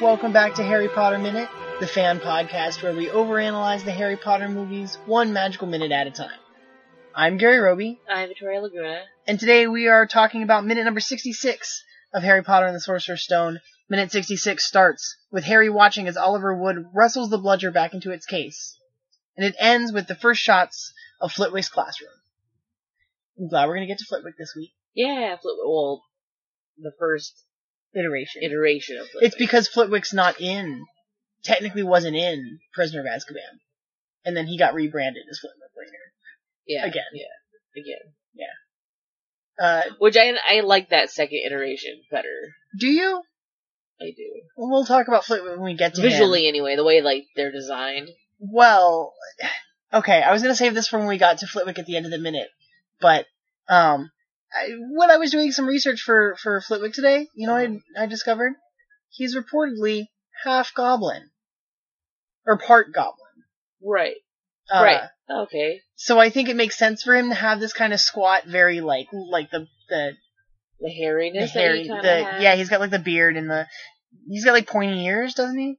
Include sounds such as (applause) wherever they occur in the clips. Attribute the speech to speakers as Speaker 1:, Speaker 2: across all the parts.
Speaker 1: Welcome back to Harry Potter Minute, the fan podcast where we overanalyze the Harry Potter movies one magical minute at a time. I'm Gary Roby,
Speaker 2: I'm Victoria Laguna.
Speaker 1: and today we are talking about minute number 66 of Harry Potter and the Sorcerer's Stone. Minute 66 starts with Harry watching as Oliver Wood wrestles the bludger back into its case, and it ends with the first shots of Flitwick's classroom. I'm glad we're going to get to Flitwick this week.
Speaker 2: Yeah, Flip. Well, the first
Speaker 1: Iteration.
Speaker 2: iteration of Flip.
Speaker 1: It's because Flitwick's not in. Technically, wasn't in Prisoner of Azkaban, and then he got rebranded as Flitwick later.
Speaker 2: yeah,
Speaker 1: again.
Speaker 2: yeah, again.
Speaker 1: Uh,
Speaker 2: Which I I like that second iteration better.
Speaker 1: do you?
Speaker 2: I do
Speaker 1: Well, We'll talk about Flitwick when we get to him.
Speaker 2: visually anyway. The way like they're designed.
Speaker 1: Well, okay, I was gonna save this for when we got to Flitwick at the end of the minute, but um, I, when I was doing some research for for Flitwick today, you know, what I I discovered he's reportedly half goblin or part goblin.
Speaker 2: Right.
Speaker 1: Uh,
Speaker 2: right. Okay.
Speaker 1: So I think it makes sense for him to have this kind of squat, very like like the the,
Speaker 2: The
Speaker 1: the
Speaker 2: hairiness.
Speaker 1: hairy
Speaker 2: that
Speaker 1: the
Speaker 2: he kinda has.
Speaker 1: yeah he's got like the beard and the he's got like pointy ears, doesn't he?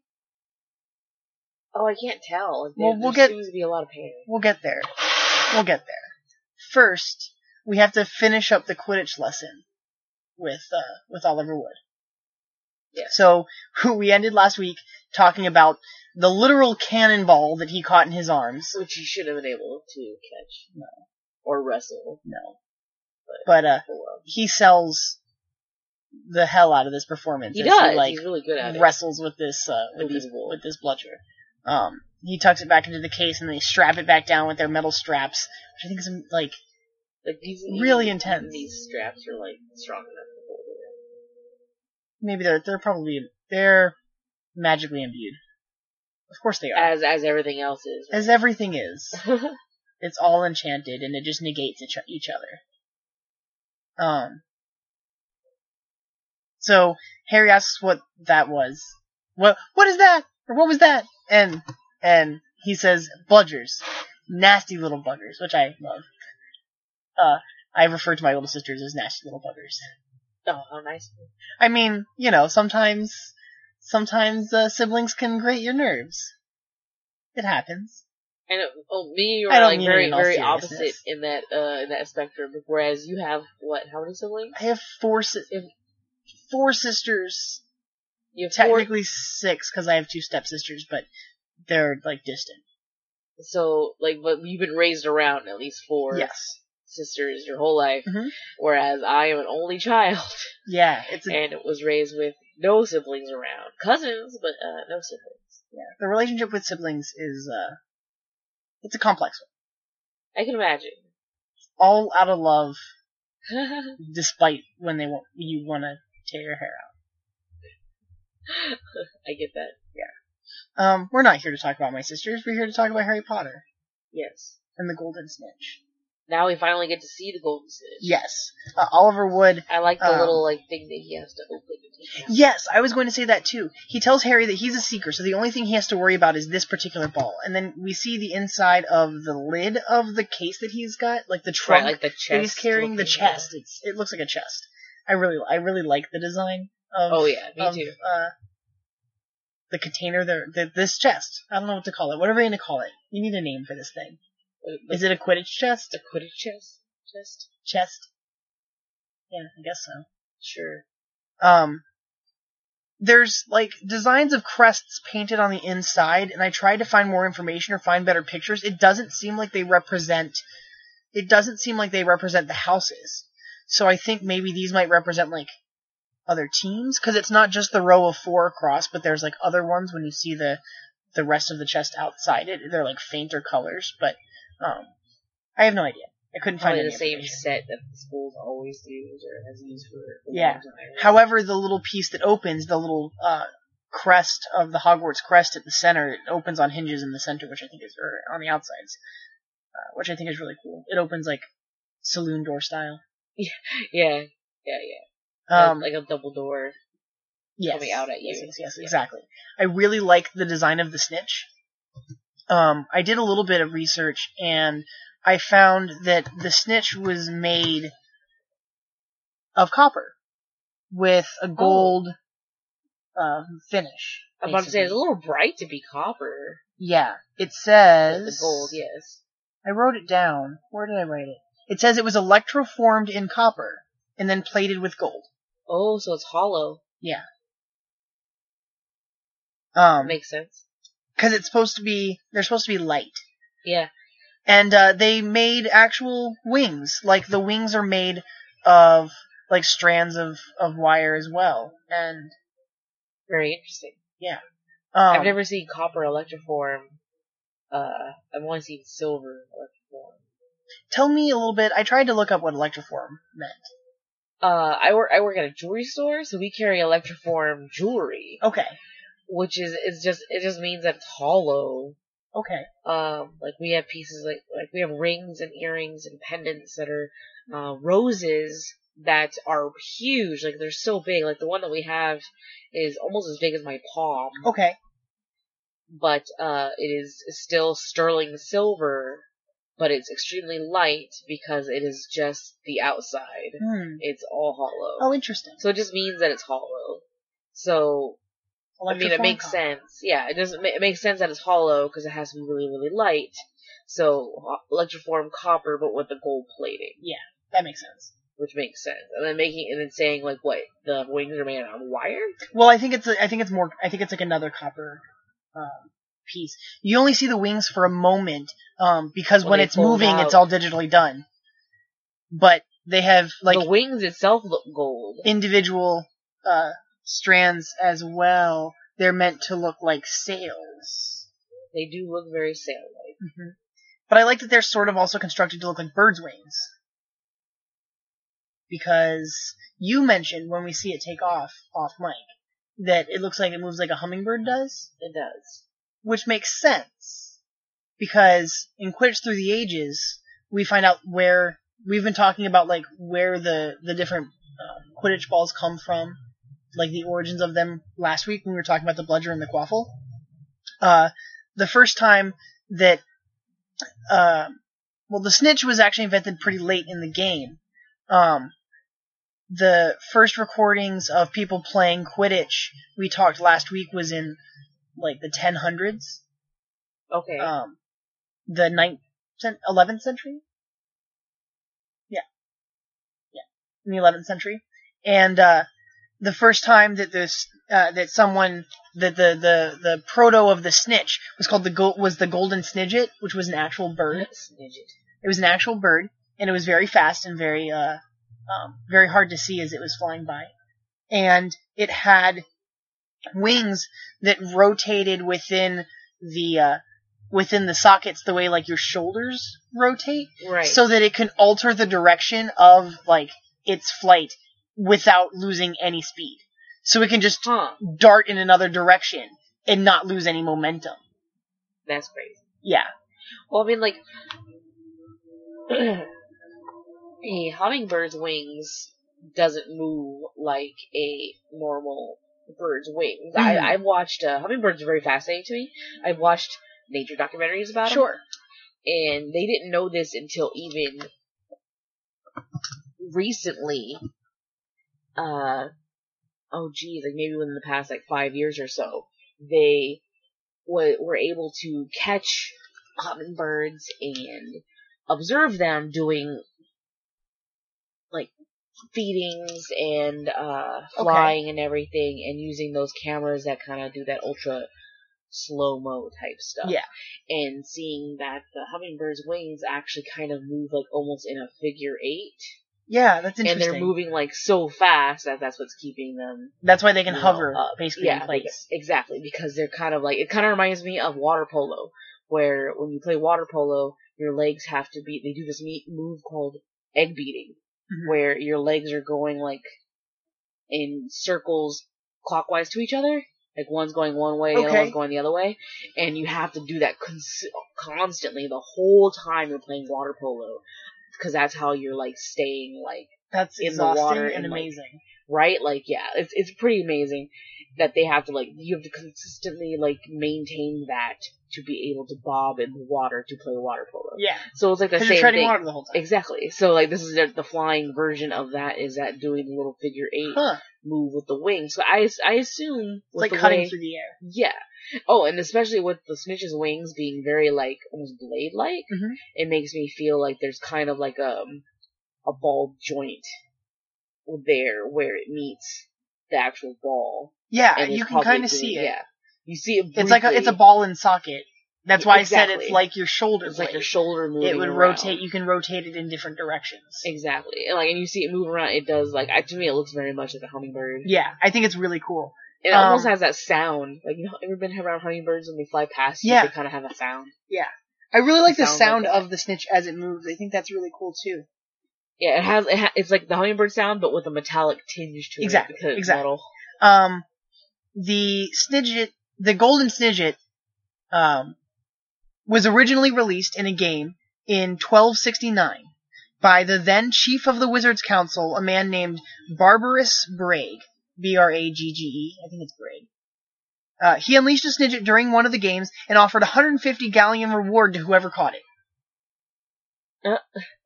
Speaker 2: Oh, I can't tell. There,
Speaker 1: Well, we'll
Speaker 2: there
Speaker 1: get-
Speaker 2: seems to be a lot of hair.
Speaker 1: We'll get there. We'll get there. First, we have to finish up the Quidditch lesson with uh, with Oliver Wood.
Speaker 2: Yeah.
Speaker 1: So (laughs) we ended last week talking about the literal cannonball that he caught in his arms.
Speaker 2: which he should have been able to catch. No. Or wrestle.
Speaker 1: No, but uh,
Speaker 2: Oh, well.
Speaker 1: he sells the hell out of this performance.
Speaker 2: He
Speaker 1: as
Speaker 2: does.
Speaker 1: like,
Speaker 2: He's really good at it.
Speaker 1: wrestles with this uh, with this
Speaker 2: Unbelievable.
Speaker 1: with this bludger. Um, he tucks it back into the case and they strap it back down with their metal straps, which I think is like
Speaker 2: Like these
Speaker 1: really
Speaker 2: these-
Speaker 1: intense.
Speaker 2: These straps are like strong enough to hold it.
Speaker 1: maybe they're they're probably they're magically imbued. Of course they are,
Speaker 2: As as everything else is.
Speaker 1: as everything is. It's all enchanted and it just negates each, each other. Um. So Harry asks what that was. What what is that? Or what was that? And and he says bludgers, nasty little buggers, which I love. Uh, I refer to my little sisters as nasty little buggers.
Speaker 2: oh, how nice.
Speaker 1: I mean, you know, sometimes sometimes uh, siblings can grate your nerves. It happens.
Speaker 2: And uh, oh, me and you
Speaker 1: I
Speaker 2: are
Speaker 1: don't
Speaker 2: like
Speaker 1: mean it
Speaker 2: very
Speaker 1: in all
Speaker 2: very
Speaker 1: seriousness.
Speaker 2: opposite in that uh in that spectrum. Whereas you have what? How many siblings?
Speaker 1: I have four si-
Speaker 2: If-
Speaker 1: four sisters
Speaker 2: You have four.
Speaker 1: technically six because I have two stepsisters, but they're like distant.
Speaker 2: So like, but you've been raised around at least four
Speaker 1: Yes.
Speaker 2: sisters your whole life.
Speaker 1: Mhm.
Speaker 2: Whereas I am an only
Speaker 1: (laughs)
Speaker 2: child.
Speaker 1: Yeah, it's a,
Speaker 2: and was raised with no siblings around. Cousins, but uh, no siblings.
Speaker 1: yeah. The relationship with siblings is uh, it's a complex one.
Speaker 2: I can imagine. (laughs)
Speaker 1: All out of love, despite when they want you want to tear your hair
Speaker 2: I get that.
Speaker 1: out. Um, we're not here to talk about my sisters. We're here to talk about Harry Potter
Speaker 2: Yes.
Speaker 1: and the Golden Snitch.
Speaker 2: Now we finally get to see the golden snitch.
Speaker 1: Yes, uh, Oliver Wood
Speaker 2: I like the
Speaker 1: Um,
Speaker 2: little like thing that he has to open. To take out.
Speaker 1: Yes, I was going to say that too. He tells Harry that he's a seeker, so the only thing he has to worry about is this particular ball. And then we see the inside of the lid of the case that he's got, like the trunk
Speaker 2: Right, like the chest.
Speaker 1: that he's carrying. The
Speaker 2: looking-
Speaker 1: chest. It's it looks like a chest. I really I really like the design of
Speaker 2: Oh yeah, me
Speaker 1: of,
Speaker 2: too.
Speaker 1: Uh, the container there the, this chest. I don't know what to call it. What are we gonna call it? You need a name for this thing.
Speaker 2: Uh,
Speaker 1: Is it a Quidditch chest?
Speaker 2: the Quidditch chest? Chest?
Speaker 1: Chest? Yeah, I guess so.
Speaker 2: Sure.
Speaker 1: Um, there's like designs of crests painted on the inside, and I tried to find more information or find better pictures. It doesn't seem like they represent. It doesn't seem like they represent the houses. So I think maybe these might represent like other teams because it's not just the row of four across, but there's like other ones when you see the the rest of the chest outside it. They're like fainter colors, but um, I have no idea. I couldn't find
Speaker 2: Probably
Speaker 1: any
Speaker 2: the same
Speaker 1: information.
Speaker 2: set that the schools always use or has used for. a long
Speaker 1: Yeah.
Speaker 2: time.
Speaker 1: However, the little piece that opens, the little uh, crest of the Hogwarts crest at the center, it opens on hinges in the center, which I think is or on the outsides, uh, which I think is really cool. It opens like saloon door style.
Speaker 2: yeah, yeah, yeah.
Speaker 1: Um,
Speaker 2: like a double door.
Speaker 1: yes,
Speaker 2: coming out at you.
Speaker 1: Yes, yes, yes,
Speaker 2: Yeah.
Speaker 1: exactly. I really like the design of the snitch. Um, I did a little bit of research and I found that the snitch was made of copper with a gold uh, finish.
Speaker 2: Oh. I'm about to say it's a
Speaker 1: basically.
Speaker 2: little bright to be copper.
Speaker 1: Yeah, it
Speaker 2: Like
Speaker 1: says
Speaker 2: the gold, yes.
Speaker 1: I wrote it down. Where did I write it? It says it was electroformed in copper and then plated with gold.
Speaker 2: Oh, so it's hollow.
Speaker 1: Um,
Speaker 2: Makes sense.
Speaker 1: because it's supposed to be they're supposed to be light.
Speaker 2: Yeah.
Speaker 1: and uh, they made actual wings. Like the wings are made of like strands of of wire as well. And
Speaker 2: Very interesting.
Speaker 1: um,
Speaker 2: I've never seen copper electroform. Uh, I've only seen silver electroform.
Speaker 1: tell me a little bit. I tried to look up what electroform meant.
Speaker 2: Uh, I work, I work at a jewelry store, so we carry electroform jewelry,
Speaker 1: Okay,
Speaker 2: which is, it's just, it just means that it's hollow.
Speaker 1: okay,
Speaker 2: Um, like we have pieces like, like we have rings and earrings and pendants that are, uh, roses that are huge. Like they're so big. Like the one that we have is almost as big as my palm.
Speaker 1: okay.
Speaker 2: but uh, it is still sterling silver, but it's extremely light because it is just the outside.
Speaker 1: Hmm.
Speaker 2: It's all hollow.
Speaker 1: Oh, interesting.
Speaker 2: So it just means that it's hollow. So, I mean, it
Speaker 1: Electroform
Speaker 2: makes
Speaker 1: copper.
Speaker 2: sense. Yeah, it doesn't. ma- It makes sense that it's hollow because it has to be really, really light. So ho- electroform copper, but with the gold plating,
Speaker 1: That makes sense.
Speaker 2: which makes sense. And then making and then saying like, what the wings are made out of wire?
Speaker 1: Well, I think it's a, I think it's more I think it's like another copper um, piece. You only see the wings for a moment um, because
Speaker 2: When
Speaker 1: when
Speaker 2: they
Speaker 1: it's
Speaker 2: fold
Speaker 1: moving, it's
Speaker 2: out.
Speaker 1: all digitally done. But they have like
Speaker 2: the wings itself look gold.
Speaker 1: individual uh, strands as well. They're meant to look like sails.
Speaker 2: They do look very sail-like.
Speaker 1: hmm But I like that they're sort of also constructed to look like birds' wings. Because you mentioned when we see it take off off mic that it looks like it moves like a hummingbird does,
Speaker 2: It does.
Speaker 1: which makes sense. Because in Quidditch Through the Ages, we find out where we've been talking about like where the the different um, Quidditch balls come from, like the origins of them last week when we were talking about the bludger and the quaffle. Uh, the first time that, uh, well, the snitch was actually invented pretty late in the game. Um, the first recordings of people playing Quidditch we talked last week was in like the 1000s,
Speaker 2: Okay.
Speaker 1: um, the ninth, cent- 11th century. Yeah, yeah, in the 11th century, and uh, the first time that this uh, that someone that the the the proto of the snitch was called the go- was the golden snidget, which was an actual bird.
Speaker 2: Snidget.
Speaker 1: It was an actual bird, and it was very fast and very, uh, um, very hard to see as it was flying by. And it had wings that rotated within the, uh, within the sockets the way like your shoulders rotate,
Speaker 2: Right.
Speaker 1: so that it can alter the direction of like its flight without losing any speed. So it can just
Speaker 2: huh.
Speaker 1: dart in another direction and not lose any momentum.
Speaker 2: That's crazy.
Speaker 1: Yeah.
Speaker 2: Well, I mean, like, (clears throat) a hummingbird's wings doesn't move like a normal bird's wings.
Speaker 1: Mhm.
Speaker 2: I, I've watched, uh, hummingbirds are very fascinating to me. I've watched nature documentaries about 'em,
Speaker 1: Sure.
Speaker 2: and they didn't know this until even recently. Uh, oh geez, like maybe within the past like five years or so, they wa were able to catch hummingbirds and observe them doing like feedings and uh
Speaker 1: Okay.
Speaker 2: flying and everything and using those cameras that kind of do that ultra slow mo type stuff
Speaker 1: Yeah.
Speaker 2: and seeing that the hummingbird's wings actually kind of move like almost in a figure eight
Speaker 1: Yeah, that's
Speaker 2: and
Speaker 1: interesting.
Speaker 2: they're moving like so fast that that's what's keeping them
Speaker 1: That's why they can
Speaker 2: you know,
Speaker 1: hover
Speaker 2: up.
Speaker 1: basically
Speaker 2: yeah
Speaker 1: in
Speaker 2: like,
Speaker 1: place.
Speaker 2: exactly because they're kind of like it kind of reminds me of water polo where when you play water polo, your legs have to be, they do this neat move called egg beating,
Speaker 1: Mhm.
Speaker 2: where your legs are going like in circles clockwise to each other. Like one's going one way, the other
Speaker 1: Okay.
Speaker 2: one's going the other way, and you have to do that cons- constantly the whole time you're playing water polo, because that's how you're like staying like
Speaker 1: That's
Speaker 2: in the
Speaker 1: exhausting
Speaker 2: water
Speaker 1: and
Speaker 2: and, like,
Speaker 1: amazing.
Speaker 2: right? Like, yeah, it's it's pretty amazing that they have to like you have to consistently like maintain that to be able to bob in the water to play water polo.
Speaker 1: yeah,
Speaker 2: So it's like the
Speaker 1: because you're
Speaker 2: same
Speaker 1: treading
Speaker 2: thing.
Speaker 1: water the whole time.
Speaker 2: Exactly. So like this is the, the flying version of that is that doing the little figure eight
Speaker 1: Huh?
Speaker 2: move with the wings. But I I assume
Speaker 1: It's
Speaker 2: with
Speaker 1: like
Speaker 2: the
Speaker 1: cutting
Speaker 2: way-
Speaker 1: through the air.
Speaker 2: yeah. Oh, and especially with the snitch's wings being very like almost blade like,
Speaker 1: Mhm.
Speaker 2: it makes me feel like there's kind of like um a ball joint there where it meets the actual ball.
Speaker 1: Yeah,
Speaker 2: and it's
Speaker 1: you can
Speaker 2: probably
Speaker 1: kind of
Speaker 2: doing-
Speaker 1: see it.
Speaker 2: Yeah, you see it.
Speaker 1: It's like a, it's a
Speaker 2: briefly.
Speaker 1: ball and socket. That's why I said it's
Speaker 2: Exactly.
Speaker 1: like your shoulder.
Speaker 2: It's like
Speaker 1: blade.
Speaker 2: your shoulder moving.
Speaker 1: It would
Speaker 2: around.
Speaker 1: rotate. You can rotate it in different directions.
Speaker 2: Exactly, and like and you see it move around. It does like I, to me it looks very much like a hummingbird.
Speaker 1: Yeah, I think it's really cool.
Speaker 2: It
Speaker 1: Um,
Speaker 2: almost has that sound. Like you know, ever been around hummingbirds when they fly past? you,
Speaker 1: Yeah.
Speaker 2: they kind of have a sound.
Speaker 1: I really like the
Speaker 2: Sound like
Speaker 1: sound
Speaker 2: that.
Speaker 1: of the snitch as it moves. I think that's really cool too.
Speaker 2: Yeah, it has. It ha- it's like the hummingbird sound, but with a metallic tinge to
Speaker 1: Exactly,
Speaker 2: it. because it's
Speaker 1: exactly.
Speaker 2: metal.
Speaker 1: Um, the snidget, the golden snidget, um, was originally released in a game in 1269 by the then chief of the Wizards Council, a man named Barbarous Brag, B-R-A-G-G-E. E, I think it's Brag. Uh, he unleashed a snidget during one of the games and offered 150 galleon reward to whoever caught it.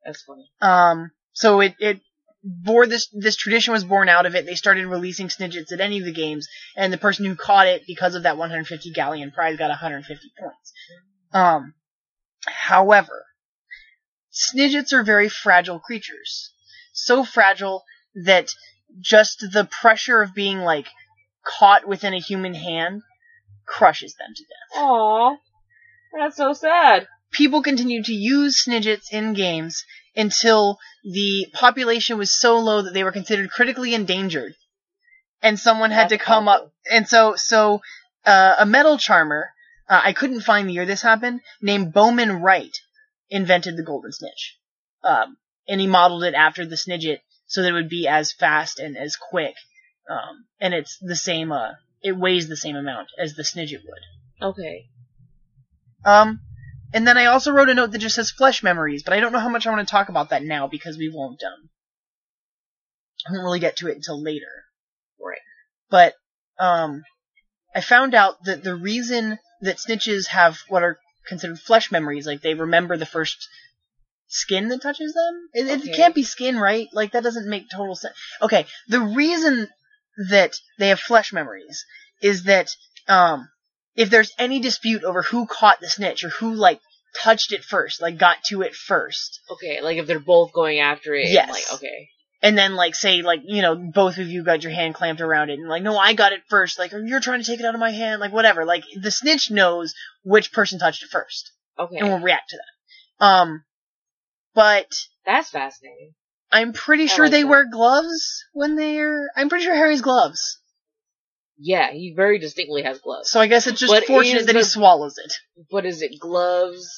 Speaker 2: That's funny.
Speaker 1: Um, so it, it bore this, this tradition was born out of it. They started releasing snidgets at any of the games, and the person who caught it because of that 150 galleon prize got 150 points. Um, however, snidgets are very fragile creatures. So fragile that just the pressure of being like caught within a human hand crushes them to death
Speaker 2: Aww, that's so sad.
Speaker 1: people continued to use snidgets in games until the population was so low that they were considered critically endangered. And someone had to
Speaker 2: That's
Speaker 1: come
Speaker 2: awful.
Speaker 1: up, and so, so, uh, a metal charmer, uh, I couldn't find the year this happened, named Bowman Wright invented the golden snitch. Um, and he modeled it after the snidget so that it would be as fast and as quick. Um, and it's the same, uh, it weighs the same amount as the snidget would.
Speaker 2: Okay.
Speaker 1: Um, and then I also wrote a note that just says flesh memories, but I don't know how much I want to talk about that now because we won't um, I won't really get to it until later.
Speaker 2: Right.
Speaker 1: But um, I found out that the reason that snitches have what are considered flesh memories, like they remember the first skin that touches them. It,
Speaker 2: Okay.
Speaker 1: it can't be skin, right? Like that doesn't make total sense. Okay, the reason that they have flesh memories is that um, if there's any dispute over who caught the snitch or who like touched it first, like got to it first,
Speaker 2: Okay, like if they're both going after it. and,
Speaker 1: Yes.
Speaker 2: like okay.
Speaker 1: and then like say like you know both of you got your hand clamped around it and like no I got it first, like or you're trying to take it out of my hand, like whatever, like the snitch knows which person touched it first
Speaker 2: Okay.
Speaker 1: and will react to that. Um, but
Speaker 2: That's fascinating.
Speaker 1: I'm pretty
Speaker 2: I
Speaker 1: sure
Speaker 2: like
Speaker 1: they
Speaker 2: that.
Speaker 1: wear gloves when they're. I'm pretty sure Harry's gloves.
Speaker 2: Yeah, he very distinctly has gloves.
Speaker 1: So I guess it's just
Speaker 2: But
Speaker 1: fortunate
Speaker 2: is
Speaker 1: that he
Speaker 2: the-
Speaker 1: swallows it.
Speaker 2: But is it gloves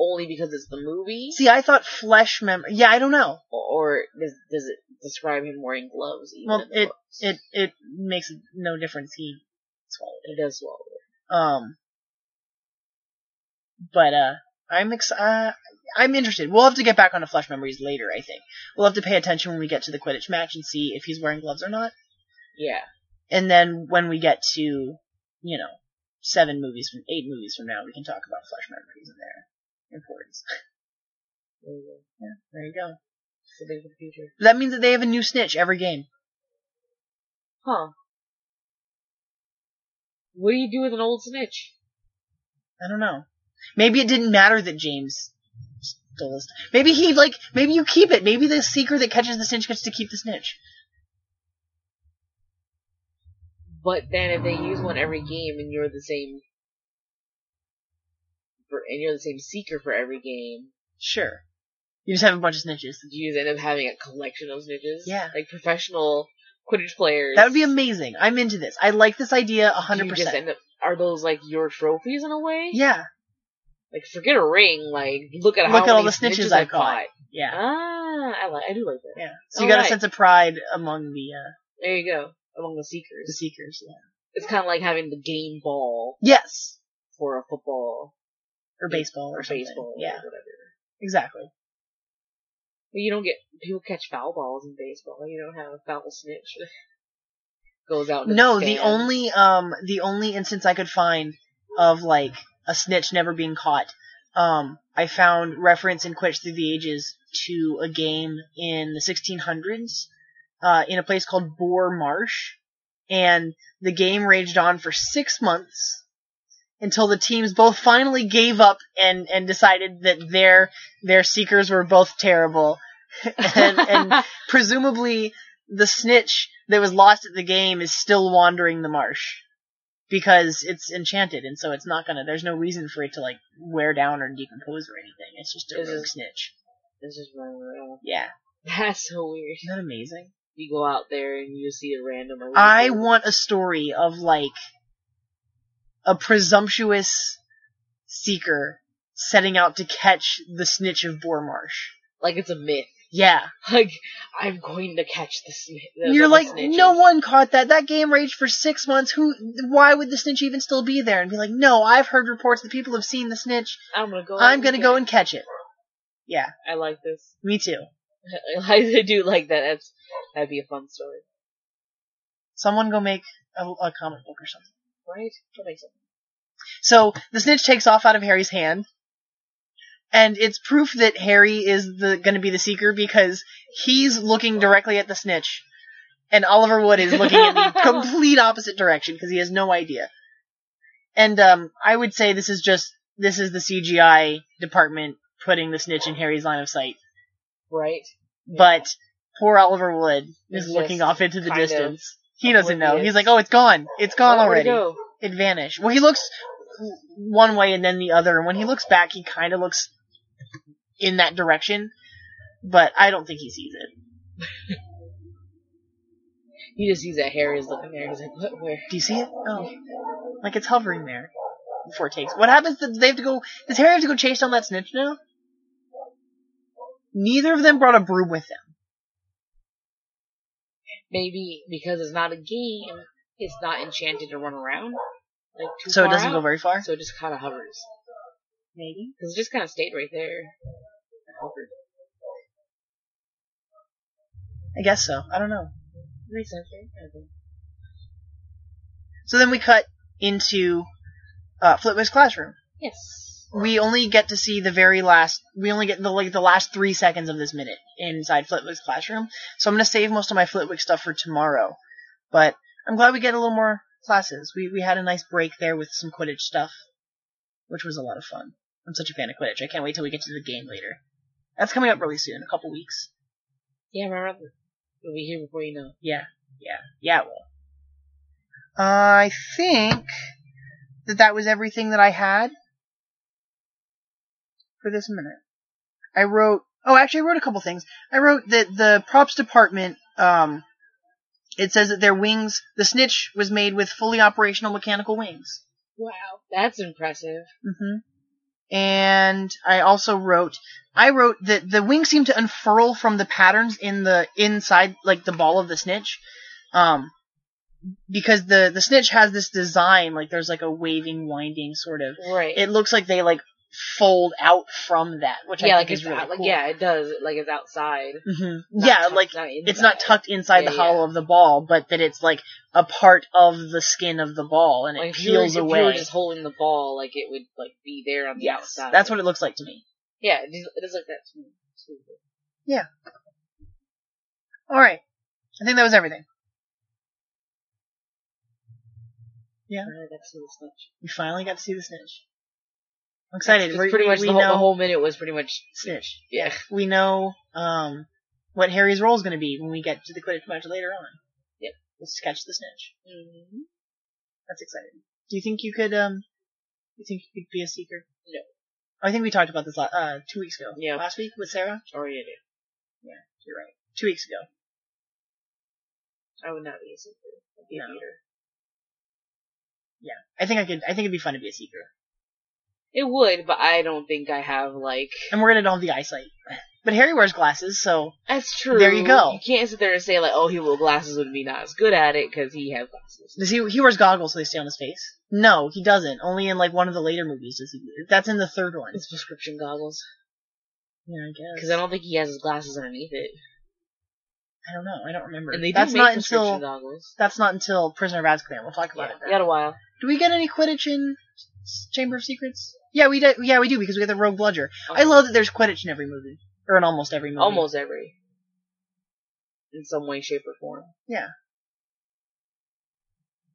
Speaker 2: only because it's the movie?
Speaker 1: See, I thought flesh mem. Yeah, I don't know.
Speaker 2: Or does, does it describe him wearing gloves even
Speaker 1: Well,
Speaker 2: in the books?
Speaker 1: It it makes no difference. He swallowed
Speaker 2: he does swallow it.
Speaker 1: it. Um, but uh, I'm ex- uh, I'm interested. We'll have to get back onto flesh memories later. I think we'll have to pay attention when we get to the Quidditch match and see if he's wearing gloves or not.
Speaker 2: Yeah.
Speaker 1: And then when we get to you know seven movies from eight movies from now, we can talk about flesh memories and their importance. (laughs)
Speaker 2: There you go.
Speaker 1: There you go.
Speaker 2: Something for the future.
Speaker 1: That means that they have a new snitch every game.
Speaker 2: Huh. What do you do with an old snitch?
Speaker 1: I don't know. Maybe it didn't matter that James stole this. Maybe he like maybe you keep it. Maybe the seeker that catches the snitch gets to keep the snitch.
Speaker 2: But then if they use one every game and you're the same for, and you're the same seeker for every game,
Speaker 1: Sure. You just have a bunch of snitches.
Speaker 2: do you end up having a collection of snitches?
Speaker 1: Yeah.
Speaker 2: Like professional Quidditch players.
Speaker 1: That would be amazing. I'm into this. I like this idea a hundred
Speaker 2: You just
Speaker 1: percent.
Speaker 2: end up, are those like your trophies in a way?
Speaker 1: Yeah.
Speaker 2: Like forget a ring. Like look at
Speaker 1: Look
Speaker 2: how
Speaker 1: at all
Speaker 2: many
Speaker 1: the snitches
Speaker 2: I
Speaker 1: I caught. Yeah.
Speaker 2: Ah, I like. I do like that.
Speaker 1: Yeah. So you
Speaker 2: All
Speaker 1: got
Speaker 2: right.
Speaker 1: a sense of pride among the uh,
Speaker 2: There you go. Among the
Speaker 1: the
Speaker 2: seekers,
Speaker 1: seekers. Yeah.
Speaker 2: it's kind of like having the game ball
Speaker 1: Yes.
Speaker 2: for a football
Speaker 1: Or baseball or,
Speaker 2: or
Speaker 1: something.
Speaker 2: baseball. or
Speaker 1: Yeah.
Speaker 2: whatever.
Speaker 1: Exactly.
Speaker 2: But you don't get people catch foul balls in baseball. You don't have a foul snitch that (laughs) goes out. into
Speaker 1: No, the
Speaker 2: stands. (laughs)
Speaker 1: only um the only instance I could find of like a snitch never being caught, um, I found reference in Quits Through the Ages to a game in the 1600s, uh, in a place called Boar Marsh, and the game raged on for six months until the teams both finally gave up and and decided that their their seekers were both terrible, and, and presumably the snitch that was lost at the game is still wandering the marsh because it's enchanted and so it's not gonna there's no reason for it to like wear down or decompose or anything it's just a
Speaker 2: This
Speaker 1: rogue
Speaker 2: is-
Speaker 1: snitch
Speaker 2: this is running around.
Speaker 1: yeah
Speaker 2: That's so weird.
Speaker 1: isn't that amazing
Speaker 2: You go out there and you see a random. illegal-
Speaker 1: i want a story of like a presumptuous seeker setting out to catch the snitch of boar marsh
Speaker 2: like it's a myth. (laughs)
Speaker 1: yeah
Speaker 2: Like I'm going to catch the snitch.
Speaker 1: You're like, no one caught that. That game raged for six months. Who? Why would the snitch even still be there? And be like, no, I've heard reports that people have seen the snitch.
Speaker 2: I'm gonna go.
Speaker 1: I'm gonna
Speaker 2: get
Speaker 1: go
Speaker 2: it."
Speaker 1: and catch it. Yeah,
Speaker 2: I like this. (laughs)
Speaker 1: me too.
Speaker 2: I do like that. That's that'd be a fun story,
Speaker 1: Someone go make a, a comic book or something.
Speaker 2: right? That makes sense.
Speaker 1: So the snitch takes off out of Harry's hand, and it's proof that Harry is the gonna be the seeker because he's looking directly at the snitch, and Oliver Wood is looking
Speaker 2: (laughs)
Speaker 1: in the complete opposite direction because he has no idea. And um, I would say this is just this is the CGI department putting the snitch in Harry's line of sight,
Speaker 2: Right?
Speaker 1: but poor Oliver Wood is
Speaker 2: It's
Speaker 1: looking
Speaker 2: just
Speaker 1: off into the
Speaker 2: kind of
Speaker 1: distance. He doesn't know.
Speaker 2: oblivious.
Speaker 1: He's like, "Oh, it's gone. It's gone
Speaker 2: Where'd it
Speaker 1: already."
Speaker 2: go?
Speaker 1: it vanished. Well, he looks one way and then the other, and when he looks back, he kind of looks in that direction, but I don't think he sees it.
Speaker 2: He just sees that Harry's looking there. He's like, what? Where?
Speaker 1: Do you see it? Oh, like it's hovering there before it takes. What happens? To, they have to go. Does Harry have to go chase down that snitch now? Neither of them brought a broom with them.
Speaker 2: Maybe because it's not a game, it's not enchanted to run around. Like too
Speaker 1: So it
Speaker 2: far
Speaker 1: doesn't go
Speaker 2: out,
Speaker 1: very far?
Speaker 2: So it just kind of hovers.
Speaker 1: Maybe.
Speaker 2: Because it just kind of stayed right there. It Hovered.
Speaker 1: I guess so. I don't know.
Speaker 2: Makes sense, right? I think.
Speaker 1: So then we cut into uh, Flitwick's classroom.
Speaker 2: Yes.
Speaker 1: we only get to see the very last we only get the like the last three seconds of this minute inside flitwick's classroom so i'm going to save most of my flitwick stuff for tomorrow but i'm glad we get a little more classes we we had a nice break there with some quidditch stuff which was a lot of fun i'm such a fan of quidditch i can't wait till we get to the game later that's coming up really soon a couple weeks
Speaker 2: Yeah, my brother will be here before you know.
Speaker 1: yeah yeah yeah it will Uh, i think that that was everything that i had for this minute. I wrote. Oh, actually, I wrote a couple things. I wrote that the props department. Um, it says that their wings, the snitch, was made with fully operational mechanical wings.
Speaker 2: Wow. That's impressive.
Speaker 1: hmm And I also wrote. I wrote that the wings seem to unfurl from the patterns in the inside, like the ball of the snitch. Um, because the the snitch has this design, like there's like a waving, winding sort of
Speaker 2: Right.
Speaker 1: it looks like they like fold out from that, which
Speaker 2: yeah,
Speaker 1: I
Speaker 2: like
Speaker 1: think
Speaker 2: it's
Speaker 1: is really
Speaker 2: out- like,
Speaker 1: cool.
Speaker 2: yeah, it does. Like it's outside.
Speaker 1: Mhm.
Speaker 2: Not
Speaker 1: yeah,
Speaker 2: tucked-
Speaker 1: like it's not
Speaker 2: inside.
Speaker 1: tucked inside
Speaker 2: Yeah,
Speaker 1: the
Speaker 2: yeah.
Speaker 1: hollow of the ball, but that it's like a part of the skin of the ball, and it
Speaker 2: Like if you were,
Speaker 1: peels
Speaker 2: if
Speaker 1: away.
Speaker 2: you were just holding the ball, like it would like be there on the
Speaker 1: yes,
Speaker 2: outside.
Speaker 1: that's what it looks like to me.
Speaker 2: Yeah, it is, it is like that to me. too.
Speaker 1: All right, I think that was everything.
Speaker 2: Uh, that's a little snitch.
Speaker 1: We finally got to see the snitch. I'm excited.
Speaker 2: It's
Speaker 1: We're-
Speaker 2: pretty
Speaker 1: we-
Speaker 2: much
Speaker 1: we
Speaker 2: the, whole,
Speaker 1: know
Speaker 2: the whole minute was pretty much
Speaker 1: snitch.
Speaker 2: yeah.
Speaker 1: We know um what Harry's role is going to be when we get to the Quidditch match later on.
Speaker 2: Yep.
Speaker 1: let's catch the snitch.
Speaker 2: Mm-hmm.
Speaker 1: That's exciting. Do you think you could um you think you could be a seeker?
Speaker 2: No.
Speaker 1: I think we talked about this la- uh two weeks ago.
Speaker 2: Yeah.
Speaker 1: Last week with Sarah?
Speaker 2: Or you do.
Speaker 1: You're right. Two weeks ago.
Speaker 2: I would not be a super. I'd be a
Speaker 1: No.
Speaker 2: leader.
Speaker 1: I think I could I think it'd be fun to be a seeker.
Speaker 2: It would, but I don't think I have like.
Speaker 1: And we're gonna don't have the eyesight. But Harry wears glasses, so
Speaker 2: That's true.
Speaker 1: There you go.
Speaker 2: You can't sit there and say like, "Oh, he wore glasses would be not as good at it because he has glasses."
Speaker 1: does he? He wears goggles, so they stay on his face. No, he doesn't. Only in like one of the later movies does he. That's in the third one.
Speaker 2: It's prescription goggles
Speaker 1: Yeah, I guess.
Speaker 2: because I don't think he has his glasses underneath it.
Speaker 1: I don't know. I don't remember.
Speaker 2: And they do
Speaker 1: that's
Speaker 2: make
Speaker 1: not
Speaker 2: prescription
Speaker 1: until
Speaker 2: goggles.
Speaker 1: that's not until Prisoner of Azkaban. We'll talk about
Speaker 2: Yeah,
Speaker 1: it. Then.
Speaker 2: we got a while.
Speaker 1: Do we get any Quidditch in S- Chamber of Secrets? Yeah, we do. Yeah, we do because we got the Rogue Bludger. I love that there's Quidditch in every movie, or in almost every movie.
Speaker 2: almost every, in some way, shape, or form.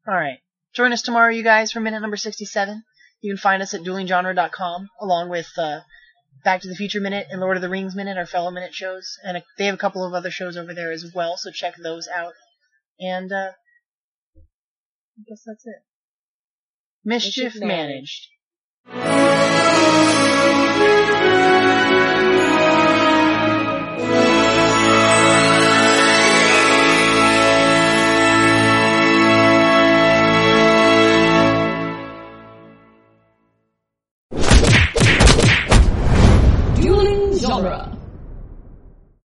Speaker 1: All right. Join us tomorrow, you guys, for minute number 67. You can find us at duelinggenre.com, along with uh, Back to the Future Minute and Lord of the Rings Minute, our fellow minute shows. And a, they have a couple of other shows over there as well, so check those out. And uh, I guess that's it. Mischief,
Speaker 2: Mischief managed.
Speaker 1: managed.
Speaker 3: Dueling Genre.